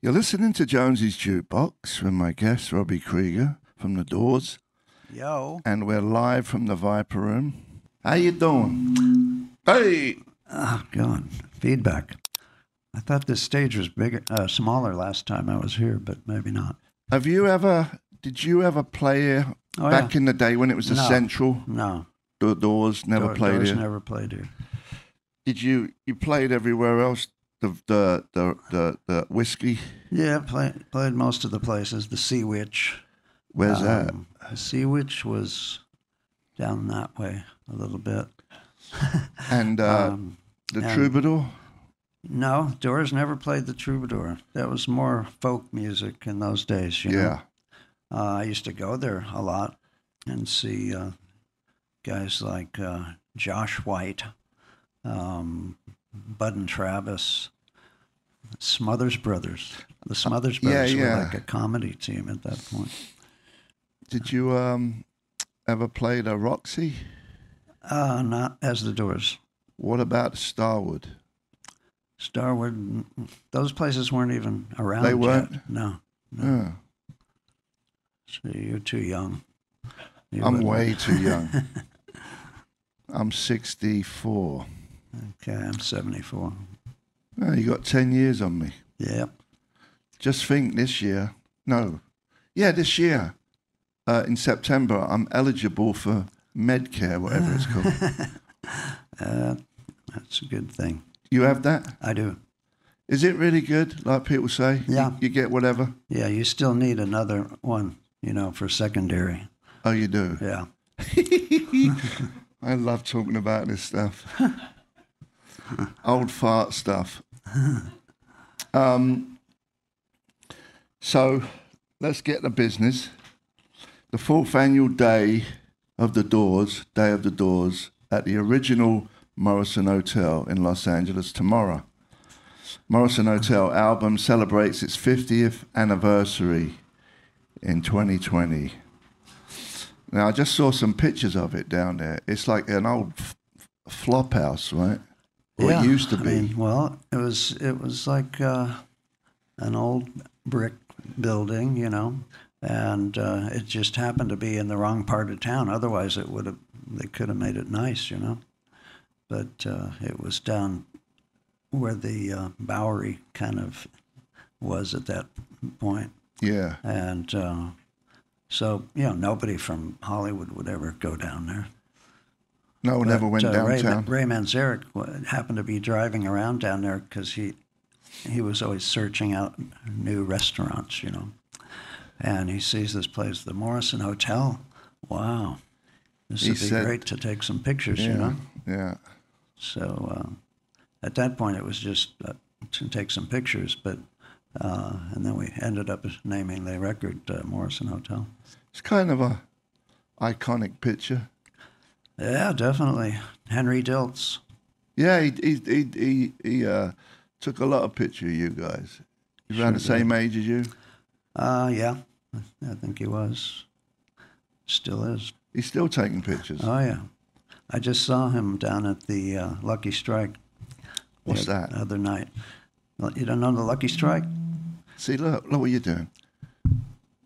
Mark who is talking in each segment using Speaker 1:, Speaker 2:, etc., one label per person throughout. Speaker 1: You're listening to Jonesy's Jukebox with my guest, Robbie Krieger from The Doors,
Speaker 2: Yo.
Speaker 1: and we're live from the Viper Room. How you doing? Hey!
Speaker 2: Oh, God. Feedback. I thought this stage was bigger, uh, smaller last time I was here, but maybe not.
Speaker 1: Have you ever, did you ever play here
Speaker 2: Oh,
Speaker 1: back
Speaker 2: yeah.
Speaker 1: in the day when it was the
Speaker 2: No.
Speaker 1: Central?
Speaker 2: No.
Speaker 1: The Doors never
Speaker 2: Door-
Speaker 1: played
Speaker 2: Doors
Speaker 1: here.
Speaker 2: Never played here.
Speaker 1: Did you, you played everywhere else? The, the, the, the, the whiskey?
Speaker 2: Yeah, play, played most of the places. The Sea Witch.
Speaker 1: Where's that?
Speaker 2: Um, The Sea Witch was down that way a little bit.
Speaker 1: And uh,
Speaker 2: um,
Speaker 1: the
Speaker 2: and-
Speaker 1: Troubadour?
Speaker 2: no, Doors never played the Troubadour. That was more folk music in those days. You know?
Speaker 1: Yeah.
Speaker 2: Uh, I used to go there a lot and see uh, guys like uh, Josh White, um, Bud and Travis, Smothers Brothers. The Smothers
Speaker 1: yeah,
Speaker 2: Brothers
Speaker 1: yeah.
Speaker 2: were like a comedy team at that point.
Speaker 1: Did you um, ever play the Roxy?
Speaker 2: Uh, not as the Doors.
Speaker 1: What about Starwood?
Speaker 2: Starwood, mm, mm, those places weren't even around.
Speaker 1: They
Speaker 2: yet.
Speaker 1: weren't?
Speaker 2: No.
Speaker 1: Yeah.
Speaker 2: So you're too young. You
Speaker 1: I'm
Speaker 2: wouldn't-
Speaker 1: way too young. I'm 64.
Speaker 2: Okay, I'm 74.
Speaker 1: Oh, you got 10 years on me.
Speaker 2: Yep.
Speaker 1: Just think this year. No. Yeah, this year. Uh, in September, I'm eligible for Medcare, whatever it's called.
Speaker 2: Uh, that's a good thing.
Speaker 1: You have that?
Speaker 2: I do.
Speaker 1: Is it really good, like people say? You-
Speaker 2: Yeah.
Speaker 1: You get whatever?
Speaker 2: Yeah, you still need another one, you know, for secondary.
Speaker 1: Oh, you do?
Speaker 2: Yeah.
Speaker 1: I love talking about this stuff. Old fart stuff. Um, so let's get to business. The fourth annual day of the doors, Day of the Doors, at the original Morrison Hotel in Los Angeles tomorrow. Morrison Hotel album celebrates its 50th anniversary in 2020. Now I just saw some pictures of it down there. It's like an old f- f- flop house, right? Or
Speaker 2: yeah.
Speaker 1: it used to
Speaker 2: I
Speaker 1: be.
Speaker 2: mean, well, it was it was like uh, an old brick building, you know, and uh, it just happened to be in the wrong part of town. Otherwise, it would have they could have made it nice, you know. But uh, it was down where the uh, Bowery kind of was at that point.
Speaker 1: yeah.
Speaker 2: And uh, so, you know, nobody from Hollywood would ever go down there.
Speaker 1: No one ever
Speaker 2: But,
Speaker 1: went
Speaker 2: uh, Ray,
Speaker 1: downtown.
Speaker 2: Ray Manzarek wa- happened to be driving around down there because he he was always searching out new restaurants, you know. And he sees this place, the Morrison Hotel. Wow, this
Speaker 1: He
Speaker 2: would be
Speaker 1: said-
Speaker 2: great to take some pictures, you
Speaker 1: yeah.
Speaker 2: know.
Speaker 1: Yeah.
Speaker 2: So uh, at that point, it was just uh, to take some pictures, but. Uh, and then we ended up naming the record uh, Morrison Hotel.
Speaker 1: It's kind of a iconic picture.
Speaker 2: Yeah, definitely. Henry Diltz.
Speaker 1: Yeah, he he he he, he uh, took a lot of pictures of you guys. He's around the same age as you.
Speaker 2: Uh, yeah, I think he was. Still is.
Speaker 1: He's still taking pictures.
Speaker 2: Oh, yeah. I just saw him down at the uh, Lucky Strike. the
Speaker 1: What's
Speaker 2: oth-
Speaker 1: that?
Speaker 2: Other night. Well, You don't know the Lucky Strike?
Speaker 1: See, look, look what you're doing.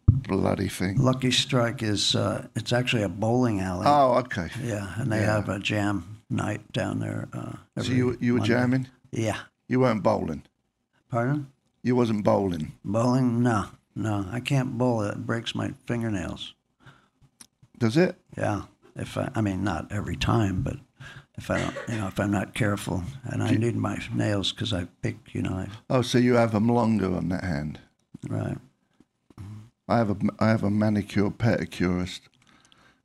Speaker 1: Bloody thing.
Speaker 2: Lucky Strike is, uh, it's actually a bowling alley.
Speaker 1: Oh, okay.
Speaker 2: Yeah, and they
Speaker 1: Yeah.
Speaker 2: have a jam night down there. Uh,
Speaker 1: So
Speaker 2: every
Speaker 1: you you were
Speaker 2: Monday.
Speaker 1: jamming.
Speaker 2: Yeah.
Speaker 1: You weren't bowling.
Speaker 2: Pardon?
Speaker 1: You wasn't bowling.
Speaker 2: Bowling? No, no. I can't bowl. It breaks my fingernails.
Speaker 1: Does it?
Speaker 2: Yeah. If I, I mean, not every time, but if I don't, you know, if I'm not careful and I need my nails because I pick, you know, I,
Speaker 1: Oh, so you have them longer on that hand.
Speaker 2: right.
Speaker 1: I have a I have a manicure pedicurist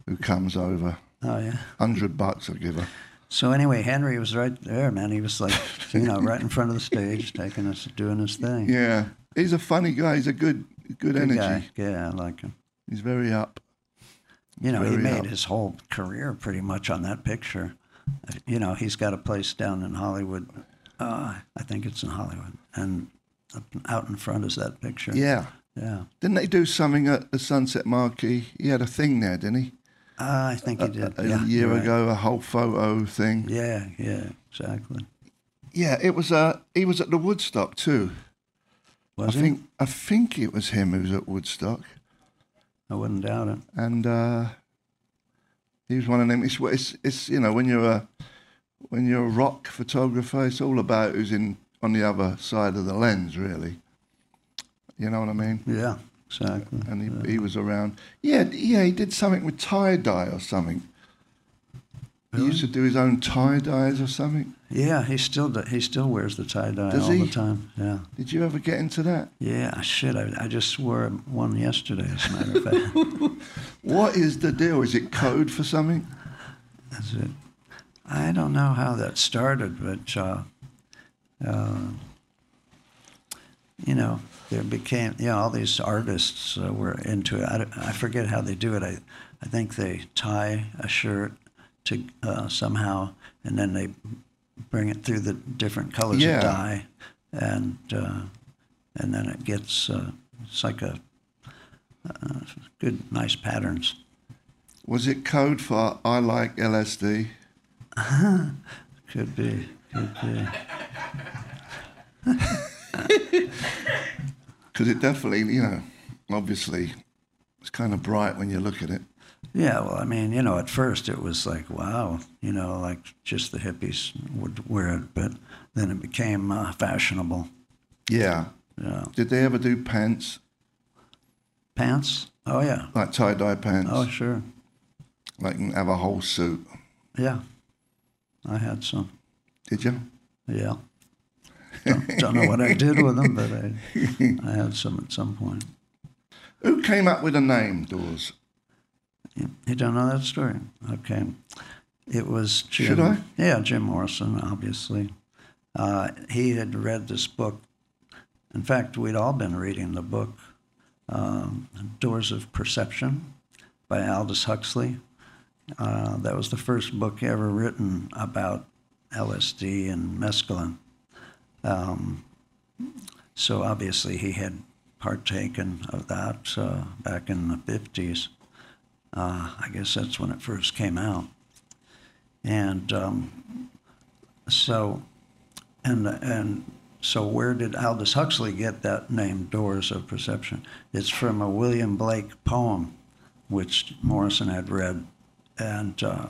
Speaker 1: who comes over.
Speaker 2: Oh, yeah.
Speaker 1: Hundred bucks I give her.
Speaker 2: So anyway, Henry was right there, man. He was like, you know, right in front of the stage, taking us, doing his thing.
Speaker 1: Yeah, he's a funny guy. He's a good good,
Speaker 2: Good
Speaker 1: energy.
Speaker 2: guy. Yeah, I like him.
Speaker 1: He's very up.
Speaker 2: You know, he
Speaker 1: Very
Speaker 2: made
Speaker 1: up.
Speaker 2: his whole career pretty much on that picture. You know, he's got a place down in Hollywood. Uh, I think it's in Hollywood. And up, out in front is that picture.
Speaker 1: Yeah.
Speaker 2: Yeah.
Speaker 1: Didn't they do something at the Sunset Marquee? He had a thing there, didn't he?
Speaker 2: Uh, I think he did.
Speaker 1: A
Speaker 2: yeah,
Speaker 1: year
Speaker 2: you're right.
Speaker 1: ago, a whole photo thing.
Speaker 2: Yeah, yeah, exactly.
Speaker 1: Yeah, it was. Uh, he was at the Woodstock too. I
Speaker 2: Was he?
Speaker 1: think I think it was him who was at Woodstock,
Speaker 2: I wouldn't doubt it.
Speaker 1: and uh, he was one of them. It's, it's it's you know when you're a when you're a rock photographer, it's all about who's in on the other side of the lens, really. You know what I mean?
Speaker 2: Yeah, exactly.
Speaker 1: And he, he was around. Yeah, d- yeah, he did something with tie dye or something. He used to do his own tie dyes or something.
Speaker 2: Yeah, he still do, he still wears the tie dye
Speaker 1: Does
Speaker 2: all
Speaker 1: he?
Speaker 2: the time. Yeah,
Speaker 1: Did you ever get into that?
Speaker 2: yeah. Shit, I, I just swore one yesterday. As a matter of fact,
Speaker 1: What is the deal? Is it code for something?
Speaker 2: That's it. I don't know how that started, but uh, uh, you know, there became yeah all these artists uh, were into it. I, don't- I forget how they do it. I I think they tie a shirt to uh, somehow, and then they bring it through the different colors
Speaker 1: Yeah.
Speaker 2: of dye, and uh, and then it gets uh, it's like a uh, good nice patterns.
Speaker 1: Was it code for I like LSD?
Speaker 2: Could be, could be.
Speaker 1: Because it definitely, you know, obviously, it's kind of bright when you look at it.
Speaker 2: Yeah, well, I mean, you know, at first it was like, wow, you know, like just the hippies would wear it, but then it became uh, fashionable.
Speaker 1: Yeah.
Speaker 2: Yeah.
Speaker 1: Did they ever do pants
Speaker 2: Pants? Oh, yeah.
Speaker 1: like tie dye pants?
Speaker 2: Oh, sure.
Speaker 1: Like and have a whole suit?
Speaker 2: Yeah. I had some.
Speaker 1: Did you?
Speaker 2: Yeah. Don't, don't know what I did with them, but I, I had some at some point.
Speaker 1: Who came up with the name Doors?
Speaker 2: You, you don't know that story? Okay. It was Jim.
Speaker 1: Should I?
Speaker 2: Yeah, Jim Morrison, obviously. Uh, he had read this book. In fact, we'd all been reading the book, um, Doors of Perception by Aldous Huxley. Uh, that was the first book ever written about LSD and mescaline. Um, so obviously, he had partaken of that uh, back in the 50s. Uh, I guess that's when it first came out. And um, so, and and so, where did Aldous Huxley get that name, Doors of Perception? It's from a William Blake poem, which Morrison had read, and uh,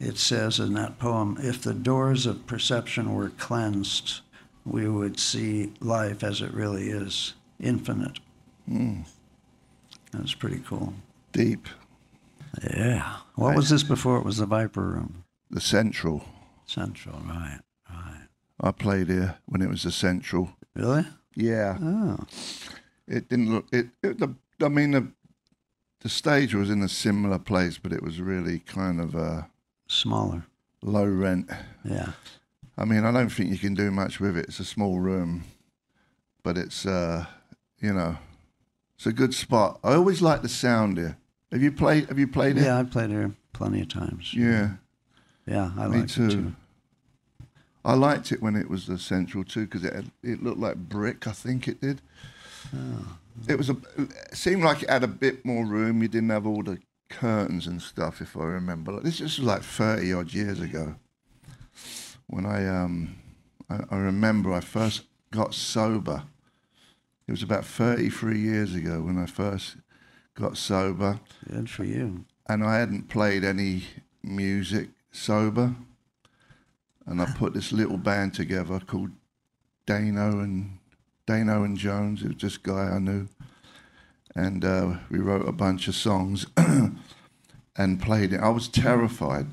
Speaker 2: it says in that poem, "If the doors of perception were cleansed, we would see life as it really is, infinite." That's pretty cool.
Speaker 1: Deep.
Speaker 2: Yeah. What was this before? It was the Viper Room
Speaker 1: The Central.
Speaker 2: Central, right? Right.
Speaker 1: I played here when it was the Central.
Speaker 2: Really?
Speaker 1: Yeah.
Speaker 2: Oh.
Speaker 1: It didn't look. It. it the, I mean, the, the stage was in a similar place, but it was really kind of uh,
Speaker 2: Smaller.
Speaker 1: low rent.
Speaker 2: Yeah.
Speaker 1: I mean, I don't think you can do much with it. It's a small room, but it's uh, you know, it's a good spot. I always like the sound here. Have you played? Have you played it?
Speaker 2: Yeah, I played here plenty of times.
Speaker 1: Yeah,
Speaker 2: Yeah, I
Speaker 1: me
Speaker 2: like
Speaker 1: too.
Speaker 2: it too.
Speaker 1: I liked it when it was the central too because it had, it looked like brick. I think it did.
Speaker 2: Oh.
Speaker 1: It was a it seemed like it had a bit more room. You didn't have all the curtains and stuff, if I remember. Like, this is like thirty odd years ago. When I um I, I remember I first got sober. It was about thirty three years ago when I first got sober
Speaker 2: Good for you.
Speaker 1: and I hadn't played any music sober. And I put this little band together called Dano and Dano and Jones. It was this guy I knew, and uh, we wrote a bunch of songs and played it. I was terrified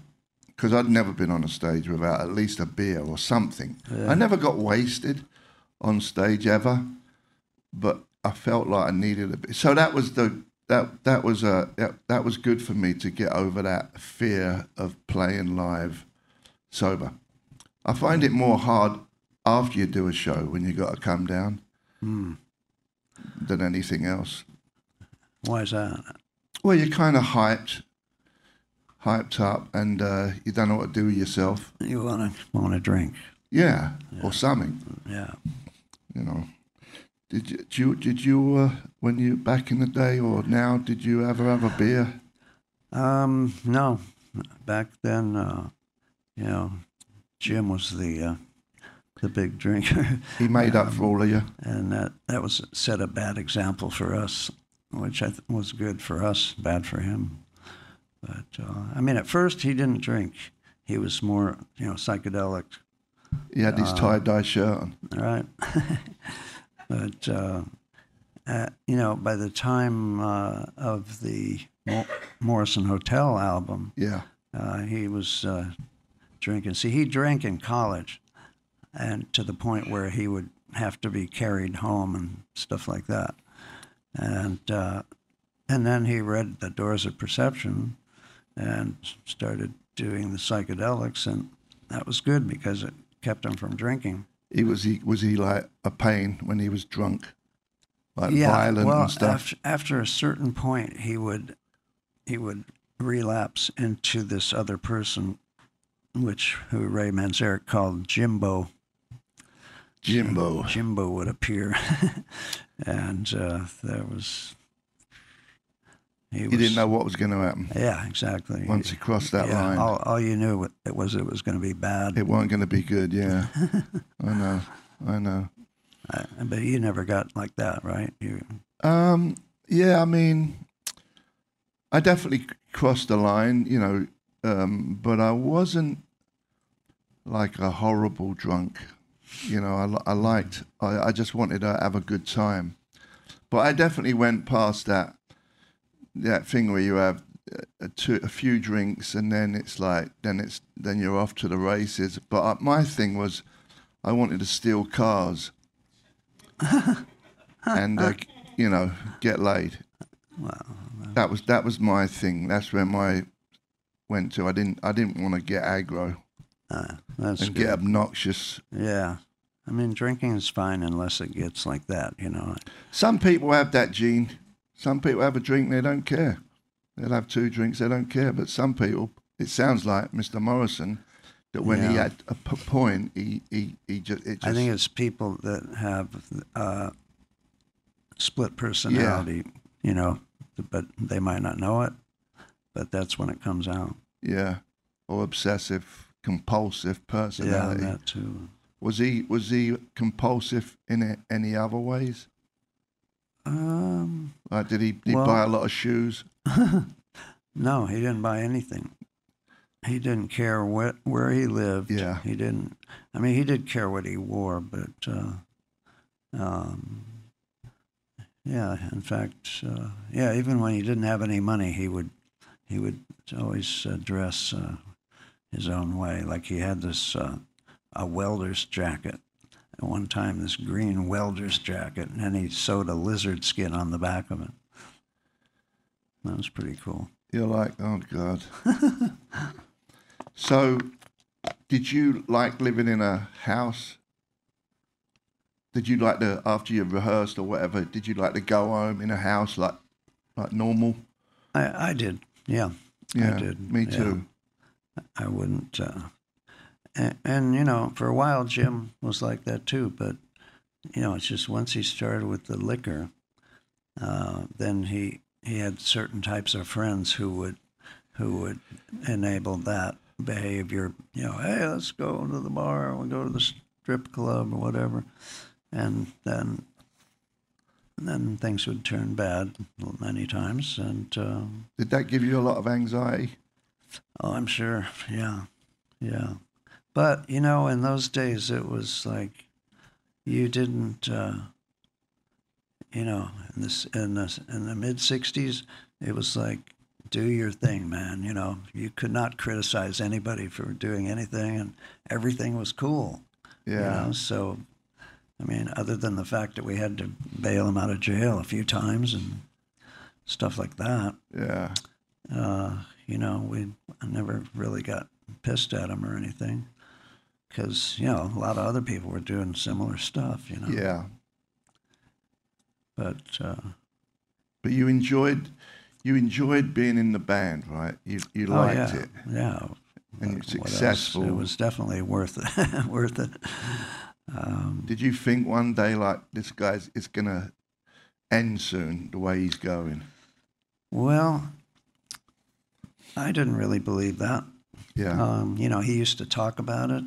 Speaker 1: because I'd never been on a stage without at least a beer or something. I never got wasted on stage ever, but I felt like I needed a bit. So that was the that that was a that, that was good for me to get over that fear of playing live sober. I find it more hard after you do a show when you got to come down
Speaker 2: Hmm.
Speaker 1: than anything else.
Speaker 2: Why is that?
Speaker 1: Well, you're kind of hyped, hyped up, and uh, you don't know what to do with yourself.
Speaker 2: You want to want to drink?
Speaker 1: Yeah, or something.
Speaker 2: Yeah.
Speaker 1: you know. Did you, did you, did you uh, when you back in the day or now, did you ever have a beer?
Speaker 2: Um, no, back then, uh, you know, Jim was the uh, the big drinker.
Speaker 1: He made up for all of you.
Speaker 2: and that that was set a bad example for us, which I th- was good for us, bad for him. But uh, I mean, at first he didn't drink; he was more, you know, psychedelic,
Speaker 1: He had his tie dye shirt on.
Speaker 2: all right? but uh, uh, you know, by the time uh, of the Mo- Morrison Hotel album,
Speaker 1: Yeah.
Speaker 2: uh, he was uh, drinking. See, he drank in college, and to the point where he would have to be carried home and stuff like that. And uh, and then he read The Doors of Perception, and started doing the psychedelics, and that was good because it kept him from drinking.
Speaker 1: He was he was he like a pain when he was drunk, like violent
Speaker 2: well, uh,
Speaker 1: and stuff.
Speaker 2: After, after a certain point, he would he would relapse into this other person, which who Ray Manzarek called Jimbo.
Speaker 1: Jimbo.
Speaker 2: Jimbo would appear, and uh, there was he was
Speaker 1: He didn't know what was going to happen
Speaker 2: yeah exactly
Speaker 1: once he crossed that
Speaker 2: yeah, oh.
Speaker 1: line.
Speaker 2: all, all you knew wa- it was it was going to be bad,
Speaker 1: It wasn't going to be good. Yeah. I know. I know.
Speaker 2: Uh, but you never got like that, right? You
Speaker 1: Um, yeah, I mean, I definitely crossed the line, you know, um, but I wasn't like a horrible drunk. You know, I, li- I liked, I, I just wanted to have a good time. But I definitely went past that that thing where you have a, two, a few drinks and then it's like, then it's then you're off to the races. But uh, my thing was, I wanted to steal cars and uh, you know get laid. That was that was my thing. That's where my went to. I didn't I didn't want to get aggro
Speaker 2: uh, that's
Speaker 1: and
Speaker 2: good.
Speaker 1: get obnoxious.
Speaker 2: Yeah. I mean, drinking is fine unless it gets like that, you know.
Speaker 1: Some people have that gene. Some people have a drink they don't care. They'll have two drinks they don't care. But some people, it sounds like Mr. Morrison, that when he
Speaker 2: Yeah.
Speaker 1: had a p- point, he he he just it just
Speaker 2: I think it's people that have uh, split personality, you know, but they might not know it, but that's when it comes out.
Speaker 1: yeah, or obsessive compulsive
Speaker 2: Yeah,
Speaker 1: personality.
Speaker 2: that too.
Speaker 1: Was he was he compulsive in a- any other ways?
Speaker 2: Um,
Speaker 1: Like, did he did he
Speaker 2: Well-
Speaker 1: buy a lot of shoes?
Speaker 2: no, he didn't buy anything. He didn't care what, where he lived.
Speaker 1: Yeah.
Speaker 2: He didn't, I mean, he did care what he wore, but, uh, um, yeah, in fact, uh, yeah, even when he didn't have any money, he would, he would always uh, dress uh, his own way. Like he had this, uh, a welder's jacket. At one time, this green welder's jacket, and then he sewed a lizard skin on the back of it. That was pretty cool.
Speaker 1: You're like, oh god. so, did you like living in a house? Did you like to after you rehearsed or whatever? Did you like to go home in a house like like normal?
Speaker 2: I, I did, yeah.
Speaker 1: Yeah,
Speaker 2: I did.
Speaker 1: me
Speaker 2: yeah.
Speaker 1: too.
Speaker 2: I wouldn't. Uh, and, and, you know, for a while, Jim was like that too. But, you know, it's just once he started with the liquor, uh, then he, he had certain types of friends who would who would enable that behavior. You know, hey, let's go to the bar, or we'll go to the strip club or whatever, and then and then things would turn bad many times. And uh,
Speaker 1: Did that give you a lot of anxiety?
Speaker 2: Oh, I'm sure. Yeah. Yeah. But, you know, in those days, it was like you didn't, uh, you know, in, this, in, this, in the mid 60s, it was like, do your thing, man. You know, you could not criticize anybody for doing anything, and everything was cool.
Speaker 1: Yeah,
Speaker 2: You know, so, I mean, other than the fact that we had to bail him out of jail a few times and stuff like that
Speaker 1: yeah.
Speaker 2: uh, you know, we I never really got pissed at him or anything because, you know, a lot of other people were doing similar stuff, you know.
Speaker 1: Yeah,
Speaker 2: But uh,
Speaker 1: but you enjoyed you enjoyed being in the band, right? You you
Speaker 2: oh,
Speaker 1: liked
Speaker 2: yeah,
Speaker 1: it.
Speaker 2: yeah.
Speaker 1: And
Speaker 2: What-
Speaker 1: it's
Speaker 2: what else?
Speaker 1: successful.
Speaker 2: It was definitely worth it. worth it. Um,
Speaker 1: Did you think one day like this guy's it's gonna end soon the way he's going?
Speaker 2: well, I didn't really believe that.
Speaker 1: Yeah,
Speaker 2: Uh, Um, you know, he used to talk about it,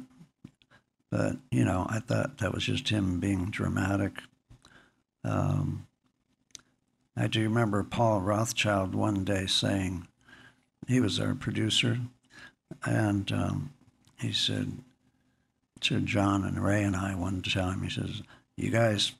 Speaker 2: But, you know, I thought that was just him being dramatic. Um, I do remember Paul Rothschild one day saying, he was our producer, and um, he said to John and Ray and I one time, he says, You guys,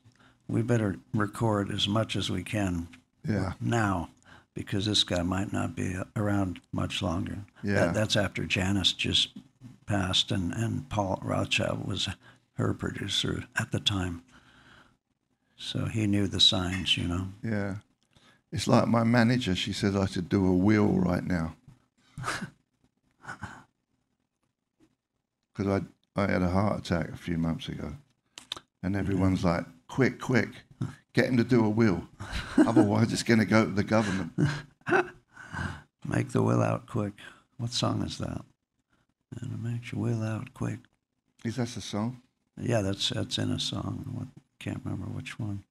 Speaker 2: we better record as much as we can
Speaker 1: Yeah.
Speaker 2: now because this guy might not be around much longer. That-
Speaker 1: Yeah.
Speaker 2: that's after Janice just passed, and, and Paul Rothschild was her producer at the time. So he knew the signs, you know.
Speaker 1: Yeah. It's like my manager, she says I should do a wheel right now. Because I, I had a heart attack a few months ago. And everyone's like, quick, quick, get him to do a wheel. Otherwise, it's going to go to the government.
Speaker 2: Make the will out quick. What song is that? And it makes your will out quick.
Speaker 1: Is that the song?
Speaker 2: Yeah, that's that's in a song. What can't remember which one.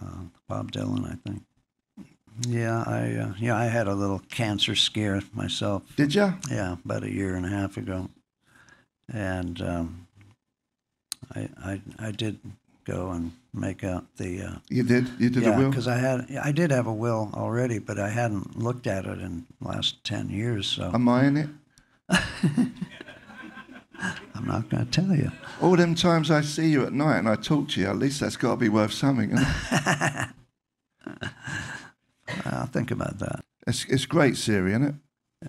Speaker 2: Uh, Bob Dylan, I think. Yeah, I uh, yeah I had a little cancer scare myself.
Speaker 1: Did ya?
Speaker 2: Yeah, about a year and a half ago, and um, I I I did go and make out the. Uh,
Speaker 1: You did? You did a
Speaker 2: yeah,
Speaker 1: wheel?
Speaker 2: because I had I did have a will already, but I hadn't looked at it in the last ten years, so
Speaker 1: Am I in it?
Speaker 2: I'm not going to tell you.
Speaker 1: All them times I see you at night and I talk to you, at least that's got to be worth something. isn't it?
Speaker 2: I'll think about that.
Speaker 1: it's, it's great, Siri, isn't it?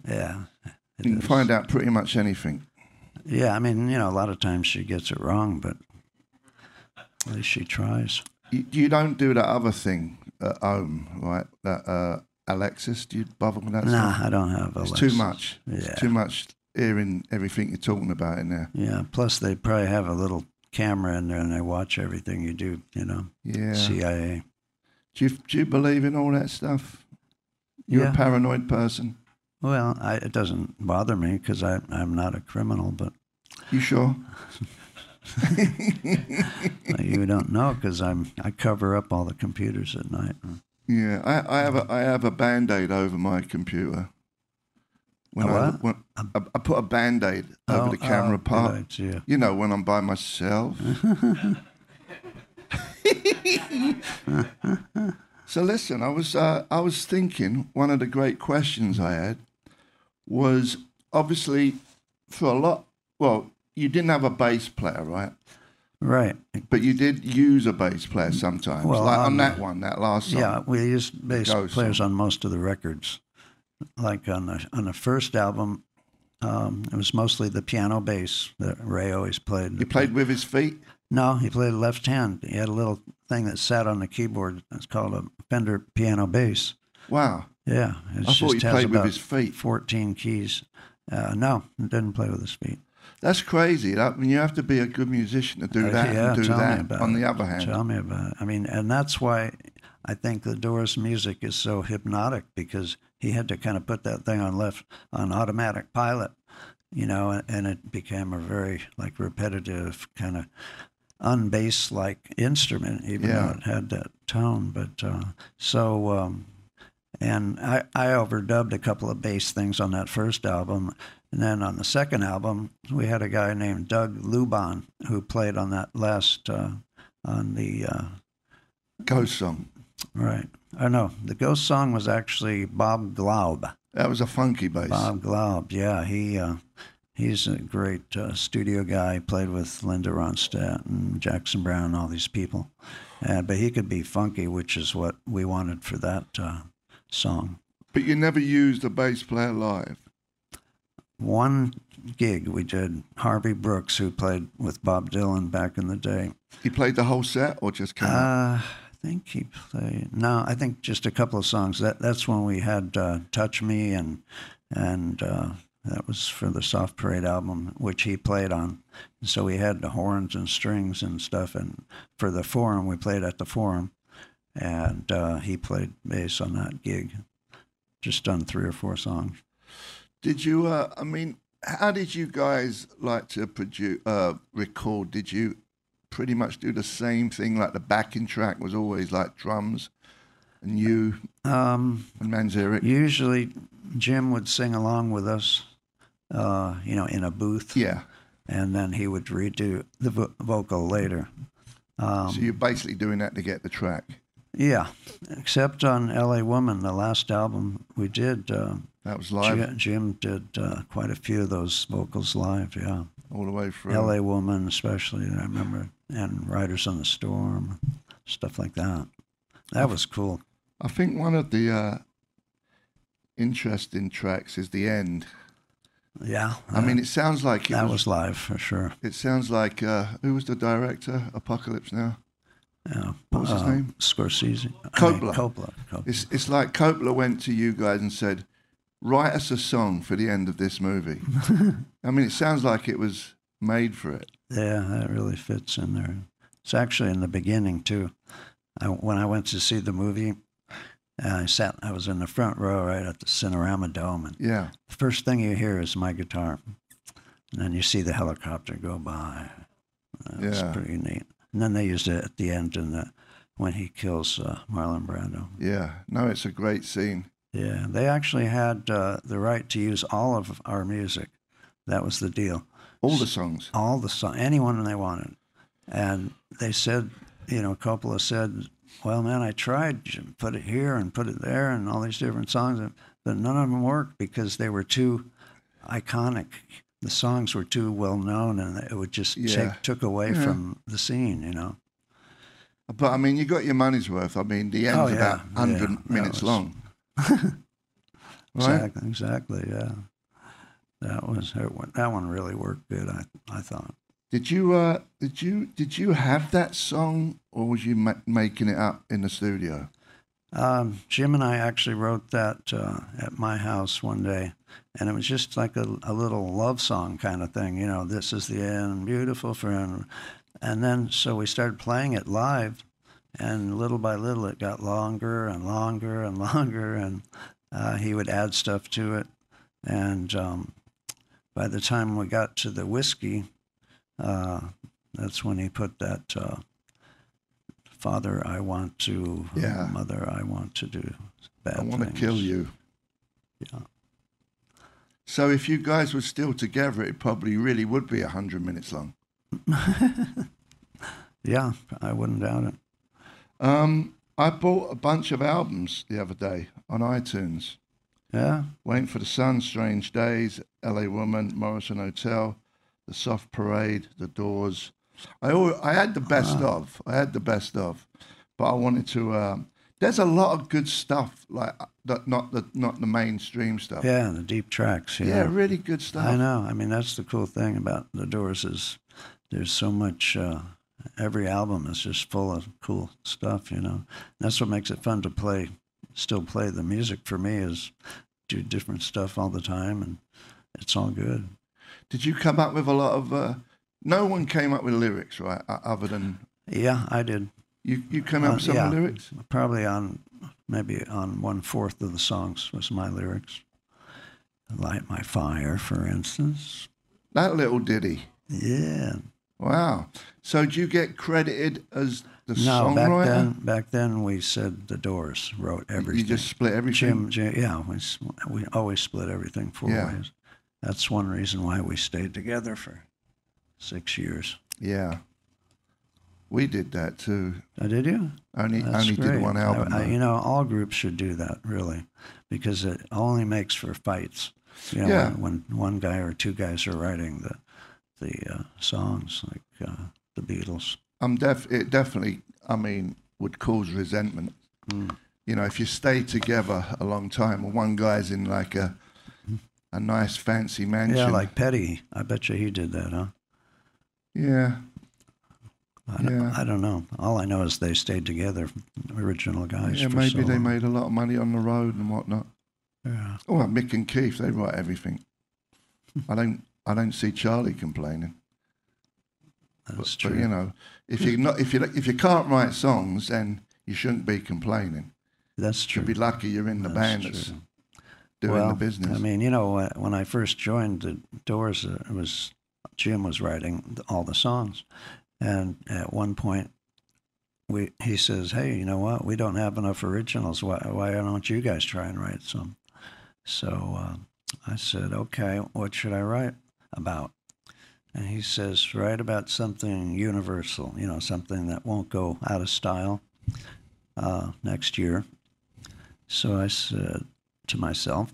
Speaker 2: Yeah. it
Speaker 1: You can
Speaker 2: is.
Speaker 1: find out pretty much anything.
Speaker 2: Yeah, I mean, you know, a lot of times she gets it wrong, but at least she tries.
Speaker 1: You, you don't do that other thing at home, right? That uh, Alexis, do you bother with that? stuff?
Speaker 2: Nah, I don't have a
Speaker 1: it's
Speaker 2: list.
Speaker 1: too much.
Speaker 2: Yeah.
Speaker 1: It's too much hearing everything you're talking about in there.
Speaker 2: Yeah. Plus, they probably have a little camera in there and they watch everything you do, you know,
Speaker 1: Yeah.
Speaker 2: CIA.
Speaker 1: Do you do you believe in all that stuff? You're
Speaker 2: yeah.
Speaker 1: a paranoid person.
Speaker 2: well, I, it doesn't bother me because I'm not a criminal, but
Speaker 1: You sure?
Speaker 2: uh, you don't know because I'm I cover up all the computers at night.
Speaker 1: Yeah. I, I have a I have a band aid over my computer. When
Speaker 2: A
Speaker 1: I
Speaker 2: what?
Speaker 1: when I, I put a band aid over
Speaker 2: Oh,
Speaker 1: the camera
Speaker 2: oh,
Speaker 1: part.
Speaker 2: good idea.
Speaker 1: You know, when I'm by myself. so listen, I was uh, I was thinking one of the great questions I had was obviously for a lot. Well, you didn't have a bass player, right?
Speaker 2: Right.
Speaker 1: But you did use a bass player sometimes,
Speaker 2: Well,
Speaker 1: like on
Speaker 2: um,
Speaker 1: that one, that last song.
Speaker 2: Yeah, we used bass
Speaker 1: Ghost
Speaker 2: players on most of the records. Like on the on the first album, um, it was mostly the piano bass that Ray always played.
Speaker 1: You played with his feet.
Speaker 2: No, he played left hand. He had a little thing that sat on the keyboard. It's called a Fender piano bass.
Speaker 1: Wow,
Speaker 2: Yeah, it's
Speaker 1: I thought you
Speaker 2: has
Speaker 1: played with
Speaker 2: about
Speaker 1: his feet.
Speaker 2: Fourteen keys. Uh, no, he didn't play with his feet.
Speaker 1: That's crazy. That, I mean, you have to be a good musician to do that
Speaker 2: Oh, Uh, yeah,
Speaker 1: and do
Speaker 2: tell me
Speaker 1: that.
Speaker 2: about
Speaker 1: On
Speaker 2: it.
Speaker 1: the other hand,
Speaker 2: Tell me about it. I mean, and that's why I think the Doors music is so hypnotic because he had to kind of put that thing on left on automatic pilot, you know, and, and it became a very like repetitive kind of unbass like instrument, even
Speaker 1: Yeah.
Speaker 2: though it had that tone. But uh, so. Um, and I, I overdubbed a couple of bass things on that first album. And then on the second album, we had a guy named Doug Lubon who played on that last, uh, on the, uh,
Speaker 1: ghost song.
Speaker 2: right. I know. The ghost song was actually Bob Glaub.
Speaker 1: That was a funky bass.
Speaker 2: Bob Glaub, yeah. He, uh, he's a great uh, studio guy. Played with Linda Ronstadt and Jackson Brown, all these people. Uh, but he could be funky, which is what we wanted for that uh, song.
Speaker 1: But you never used a bass player live.
Speaker 2: one gig we did Harvey Brooks, who played with Bob Dylan back in the day.
Speaker 1: You played the whole set or just came? out?
Speaker 2: Uh, I think he played. No, I think just a couple of songs. That that's when we had uh, "Touch Me" and and uh, that was for the Soft Parade album, which he played on. And so we had the horns and strings and stuff. And for the Forum, we played at the Forum, and uh, he played bass on that gig. Just done three or four songs.
Speaker 1: did you? Uh, I mean, how did you guys like to produce uh, record? Did you pretty much do the same thing? Like the backing track was always like drums, and you
Speaker 2: Um,
Speaker 1: and Manzarek.
Speaker 2: Usually, Jim would sing along with us, uh, you know, in a booth.
Speaker 1: Yeah,
Speaker 2: and then he would redo the vo- vocal later. Um,
Speaker 1: so you're basically doing that to get the track.
Speaker 2: Yeah, except on "L.A. Woman," the last album we did. Uh,
Speaker 1: That was live
Speaker 2: Jim, Jim did uh, quite a few of those vocals live. Yeah,
Speaker 1: all the way through.
Speaker 2: "L.A. Woman," especially I remember, and "Riders on the Storm," stuff like that. That was cool.
Speaker 1: I think one of the uh, interesting tracks is the end.
Speaker 2: Yeah, uh,
Speaker 1: I mean, it sounds like it
Speaker 2: that
Speaker 1: was,
Speaker 2: was live for sure.
Speaker 1: It sounds like uh, who was the director? Apocalypse Now.
Speaker 2: Yeah. Uh,
Speaker 1: What was his name?
Speaker 2: Scorsese. I mean,
Speaker 1: Coppola.
Speaker 2: Coppola. Coppola.
Speaker 1: It's it's like Coppola went to you guys and said, "Write us a song for the end of this movie." I mean, it sounds like it was made for it.
Speaker 2: Yeah, that really fits in there. It's actually in the beginning too. I, when I went to see the movie, I sat. I was in the front row, right at the Cinerama Dome, and
Speaker 1: Yeah,
Speaker 2: the first thing you hear is my guitar, and then you see the helicopter go by. That's
Speaker 1: Yeah.
Speaker 2: pretty neat. And then they used it at the end in the when he kills uh, Marlon Brando.
Speaker 1: yeah. No, it's a great scene.
Speaker 2: Yeah, they actually had uh, the right to use all of our music. That was the deal.
Speaker 1: All the songs.
Speaker 2: all the song, anyone they wanted. And they said, you know, Coppola said, well, man, I tried to put it here and put it there and all these different songs, but none of them worked because they were too iconic. The songs were too well known and it would just
Speaker 1: Yeah.
Speaker 2: take, took away
Speaker 1: Yeah.
Speaker 2: from the scene, you know.
Speaker 1: But I mean, you got your money's worth. I mean, the end's
Speaker 2: Oh, yeah,
Speaker 1: about hundred
Speaker 2: yeah, that
Speaker 1: minutes
Speaker 2: was-
Speaker 1: long. right?
Speaker 2: Exactly, exactly, yeah. That was that one- that one really worked good. I I thought.
Speaker 1: Did you uh, did you did you have that song, or was you ma- making it up in the studio?
Speaker 2: Um, Jim and I actually wrote that uh, at my house one day, and it was just like a, a little love song kind of thing. You know, this is the end, beautiful friend. And then, so we started playing it live, and little by little, it got longer and longer and longer, and uh, he would add stuff to it. And um, by the time we got to the whiskey, uh, that's when he put that. Uh, Father, I want to.
Speaker 1: Yeah.
Speaker 2: Mother, I want to do bad
Speaker 1: I want to
Speaker 2: things.
Speaker 1: kill you.
Speaker 2: Yeah.
Speaker 1: So if you guys were still together, it probably really would be hundred minutes long.
Speaker 2: Yeah, I wouldn't doubt it.
Speaker 1: Um, I bought a bunch of albums the other day on iTunes.
Speaker 2: Yeah,
Speaker 1: Waiting for the Sun, Strange Days, L.A. Woman, Morrison Hotel, The Soft Parade, The Doors. I al- I had the best
Speaker 2: Ah.
Speaker 1: of. I had the best of, but I wanted to. Um, there's a lot of good stuff like that. Not the not the mainstream stuff.
Speaker 2: yeah, the deep tracks.
Speaker 1: Yeah,
Speaker 2: Yeah,
Speaker 1: really good stuff.
Speaker 2: I know. I mean, that's the cool thing about the Doors is there's so much. Uh, every album is just full of cool stuff. You know, that's what makes it fun to play. Still play the music for me is do different stuff all the time, and it's all good.
Speaker 1: Did you come up with a lot of? Uh, no one came up with lyrics, right? o- Other than
Speaker 2: Yeah, I did.
Speaker 1: you, you came up
Speaker 2: Uh,
Speaker 1: with some
Speaker 2: yeah.
Speaker 1: lyrics.
Speaker 2: probably on maybe on one fourth of the songs was my lyrics. Light my fire, for instance.
Speaker 1: That little ditty.
Speaker 2: Yeah.
Speaker 1: Wow. So do you get credited as the
Speaker 2: No,
Speaker 1: songwriter?
Speaker 2: back then, back then we said the Doors wrote
Speaker 1: you
Speaker 2: everything.
Speaker 1: just split everything.
Speaker 2: Jim, Jim, yeah, we s- we always split everything four
Speaker 1: Yeah.
Speaker 2: ways. That's one reason why we stayed together for six years.
Speaker 1: Yeah. We did that too.
Speaker 2: Uh, did you?
Speaker 1: Only
Speaker 2: That's
Speaker 1: only
Speaker 2: great.
Speaker 1: did one album.
Speaker 2: I- I-
Speaker 1: though.
Speaker 2: you know, all groups should do that, really, because it only makes for fights. You know,
Speaker 1: Yeah.
Speaker 2: when, when one guy or two guys are writing the the uh, songs, like uh, the Beatles.
Speaker 1: I'm def it definitely I mean would cause resentment.
Speaker 2: Mm.
Speaker 1: You know, if you stay together a long time and one guy's in like a a nice fancy mansion.
Speaker 2: Yeah, like Petty. I bet you he did that, huh?
Speaker 1: Yeah.
Speaker 2: I don't,
Speaker 1: Yeah.
Speaker 2: I don't know. All I know is they stayed together, original guys.
Speaker 1: Yeah,
Speaker 2: for
Speaker 1: maybe
Speaker 2: so
Speaker 1: they
Speaker 2: long.
Speaker 1: made a lot of money on the road and whatnot.
Speaker 2: Yeah.
Speaker 1: Oh, and Mick and Keith, they write everything. I don't, I don't see Charlie complaining.
Speaker 2: That's
Speaker 1: But
Speaker 2: true.
Speaker 1: you know, if you not, if you if you can't write songs, then you shouldn't be complaining.
Speaker 2: That's true.
Speaker 1: You'd be lucky you're in the
Speaker 2: That's
Speaker 1: band
Speaker 2: true.
Speaker 1: that's doing
Speaker 2: well,
Speaker 1: the business.
Speaker 2: I mean, you know, when- when I first joined the Doors, uh, it was Jim was writing th- all the songs, and at one point, we he says, "Hey, you know what? We don't have enough originals. Why why don't you guys try and write some?" um, So uh, I said, "Okay, what should I write about?" And he says, write about something universal, you know, something that won't go out of style uh, next year. So I said to myself,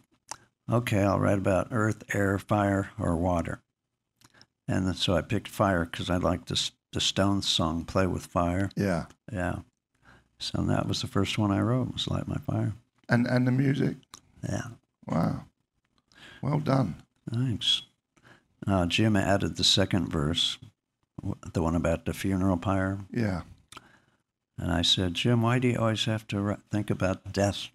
Speaker 2: okay, I'll write about earth, air, fire, or water. And then, so I picked fire because I liked this, the Stones song, Play with Fire.
Speaker 1: Yeah.
Speaker 2: Yeah. So that was the first one I wrote, was Light My Fire.
Speaker 1: And and the music.
Speaker 2: Yeah.
Speaker 1: Wow. Well done.
Speaker 2: Thanks. Uh, Jim added the second verse, w- the one about the funeral pyre.
Speaker 1: Yeah.
Speaker 2: And I said, Jim, why do you always have to ri- think about death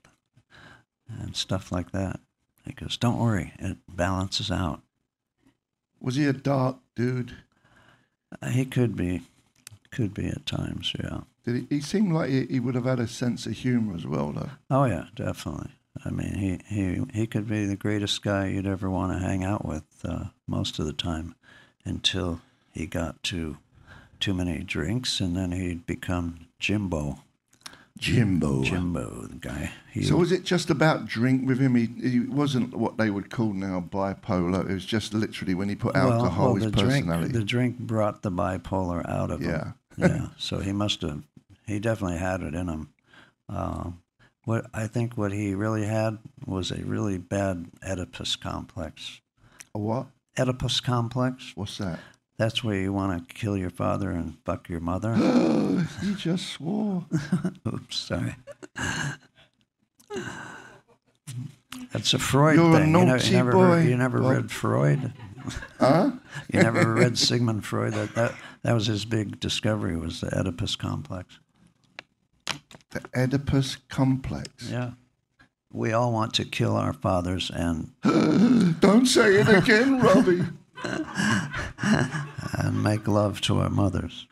Speaker 2: and stuff like that? He goes, Don't worry, it balances out.
Speaker 1: Was he a dark dude?
Speaker 2: Uh, He could be, could be at times, yeah.
Speaker 1: Did he, he seemed like he, he would have had a sense of humor as well, though.
Speaker 2: Oh yeah, definitely. I mean, he he he could be the greatest guy you'd ever want to hang out with uh, most of the time, until he got to too many drinks, and then he'd become Jimbo.
Speaker 1: Jimbo.
Speaker 2: Jimbo, the guy. He,
Speaker 1: So was it just about drink with him? He, he wasn't what they would call now bipolar. It was just literally when he put alcohol, his personality.
Speaker 2: Drink, the drink brought the bipolar out of him.
Speaker 1: yeah.
Speaker 2: yeah. So he must have, he definitely had it in him. Uh, what I think what he really had was a really bad Oedipus complex.
Speaker 1: A what?
Speaker 2: Oedipus complex.
Speaker 1: What's that?
Speaker 2: That's where you want to kill your father and fuck your mother.
Speaker 1: he just swore.
Speaker 2: Oops, sorry. That's a Freud
Speaker 1: You're a
Speaker 2: thing. you, know,
Speaker 1: naughty
Speaker 2: you never,
Speaker 1: boy.
Speaker 2: you never
Speaker 1: Well-
Speaker 2: read Freud.
Speaker 1: Huh?
Speaker 2: You never read Sigmund Freud. That, that that was his big discovery was the Oedipus complex.
Speaker 1: The Oedipus complex.
Speaker 2: Yeah. We all want to kill our fathers and,
Speaker 1: Don't say it again, Robbie.
Speaker 2: and make love to our mothers.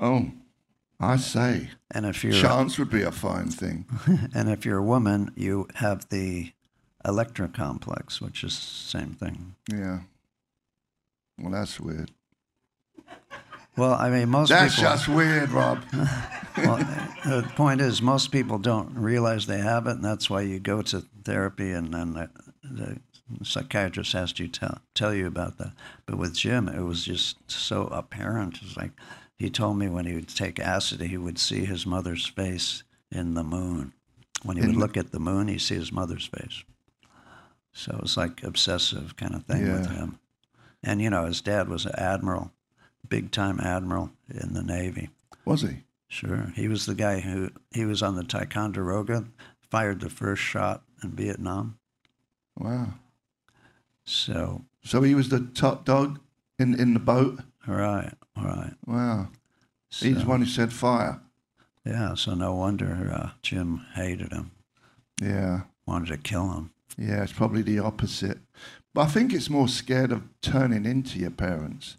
Speaker 1: Oh, I say.
Speaker 2: And if you're
Speaker 1: Chance would be a fine thing.
Speaker 2: and if you're a woman, you have the Electra complex, which is the same thing.
Speaker 1: Yeah. Well, that's weird.
Speaker 2: Well, I mean, most
Speaker 1: That's
Speaker 2: people.
Speaker 1: just weird, Rob.
Speaker 2: well, the point is, most people don't realize they have it, and that's why you go to therapy, and then the, the psychiatrist has to tell tell you about that. But with Jim, it was just so apparent. It's like he told me when he would take acid, he would see his mother's face in the moon. When he would look at the moon, he'd see his mother's face. So it was like obsessive kind of thing with
Speaker 1: Yeah.
Speaker 2: him. And you know, his dad was an admiral, big time admiral in the navy.
Speaker 1: Was he?
Speaker 2: Sure. He was the guy who he was on the Ticonderoga, fired the first shot in Vietnam.
Speaker 1: Wow.
Speaker 2: So,
Speaker 1: So he was the top dog in, in the boat?
Speaker 2: all right, all right.
Speaker 1: Wow.
Speaker 2: So,
Speaker 1: He's the one who said fire.
Speaker 2: yeah, so no wonder uh, Jim hated him,
Speaker 1: Yeah.
Speaker 2: wanted to kill him.
Speaker 1: Yeah, it's probably the opposite. But I think it's more scared of turning into your parents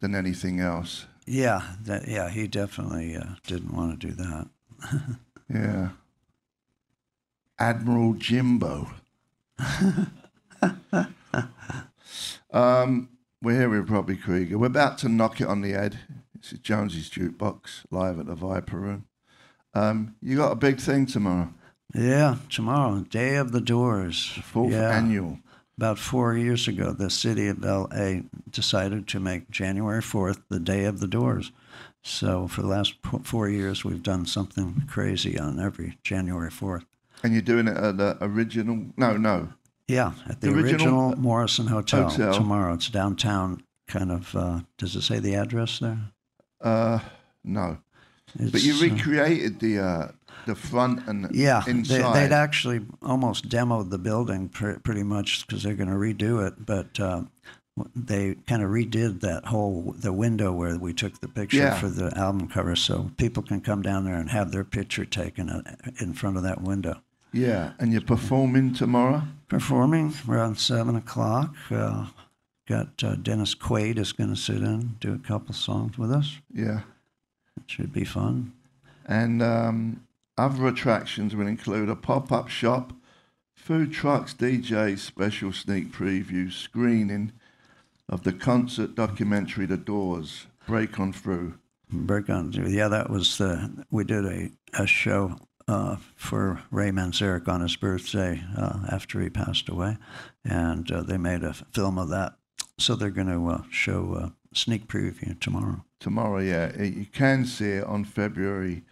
Speaker 1: than anything else.
Speaker 2: Yeah, that, yeah, he definitely uh, didn't want to do that.
Speaker 1: Yeah. Admiral Jimbo. um, we're here with Robbie Krieger. We're about to knock it on the head. This is Jonesy's Jukebox live at the Viper Room. Um, you got a big thing tomorrow,
Speaker 2: Yeah, tomorrow, Day of the Doors.
Speaker 1: fourth
Speaker 2: yeah.
Speaker 1: annual.
Speaker 2: About four years ago, the city of LA decided to make January 4th the day of the doors. So for the last po- four years, we've done something crazy on every January 4th.
Speaker 1: And you're doing it at the original, no, no,
Speaker 2: Yeah, at the,
Speaker 1: The original-
Speaker 2: original, Morrison Hotel,
Speaker 1: Hotel.
Speaker 2: tomorrow. It's downtown, kind of. Uh, does it say the address there?
Speaker 1: uh, no.
Speaker 2: It's,
Speaker 1: But you
Speaker 2: uh,
Speaker 1: recreated the uh, the front and
Speaker 2: Yeah, they,
Speaker 1: inside.
Speaker 2: they'd actually almost demoed the building pr- pretty much because they're going to redo it. But uh, w- they kind of redid that whole the window where we took the picture
Speaker 1: Yeah.
Speaker 2: for the album cover, so people can come down there and have their picture taken uh, in front of that window.
Speaker 1: yeah, and you're performing tomorrow.
Speaker 2: Performing around seven o'clock. Uh, got uh, Dennis Quaid is going to sit in, do a couple songs with us.
Speaker 1: Yeah.
Speaker 2: It should be fun.
Speaker 1: And um, other attractions will include a pop up shop, food trucks, DJs, special sneak preview, screening of the concert documentary The Doors, Break On Through.
Speaker 2: Break on through. Yeah, that was the we did a a show uh, for Ray Manzarek on his birthday uh, after he passed away, and uh, they made a film of that. So they're going to uh, show uh, sneak preview tomorrow.
Speaker 1: Tomorrow, yeah. It, you can see it on February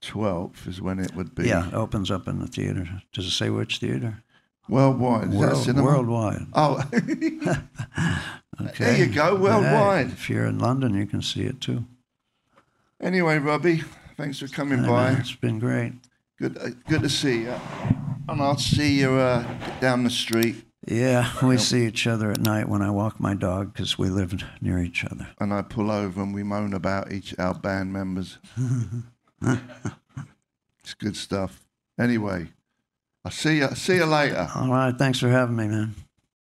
Speaker 1: 12th, is when it would be.
Speaker 2: Yeah, opens up in the theater. Does it say which theater?
Speaker 1: Worldwide. Is that
Speaker 2: World-
Speaker 1: cinema?
Speaker 2: worldwide.
Speaker 1: Oh,
Speaker 2: Okay.
Speaker 1: there you go. Worldwide.
Speaker 2: Hey, if you're in London, you can see it too.
Speaker 1: Anyway, Robbie, thanks for coming
Speaker 2: Hey,
Speaker 1: by.
Speaker 2: man, It's been great.
Speaker 1: Good, uh, good to see you. And I'll see you uh, down the street.
Speaker 2: Yeah, we see each other at night when I walk my dog because we live near each other.
Speaker 1: And I pull over and we moan about each our band members. it's good stuff. Anyway, I'll see you. See you later.
Speaker 2: All right, thanks for having me, man.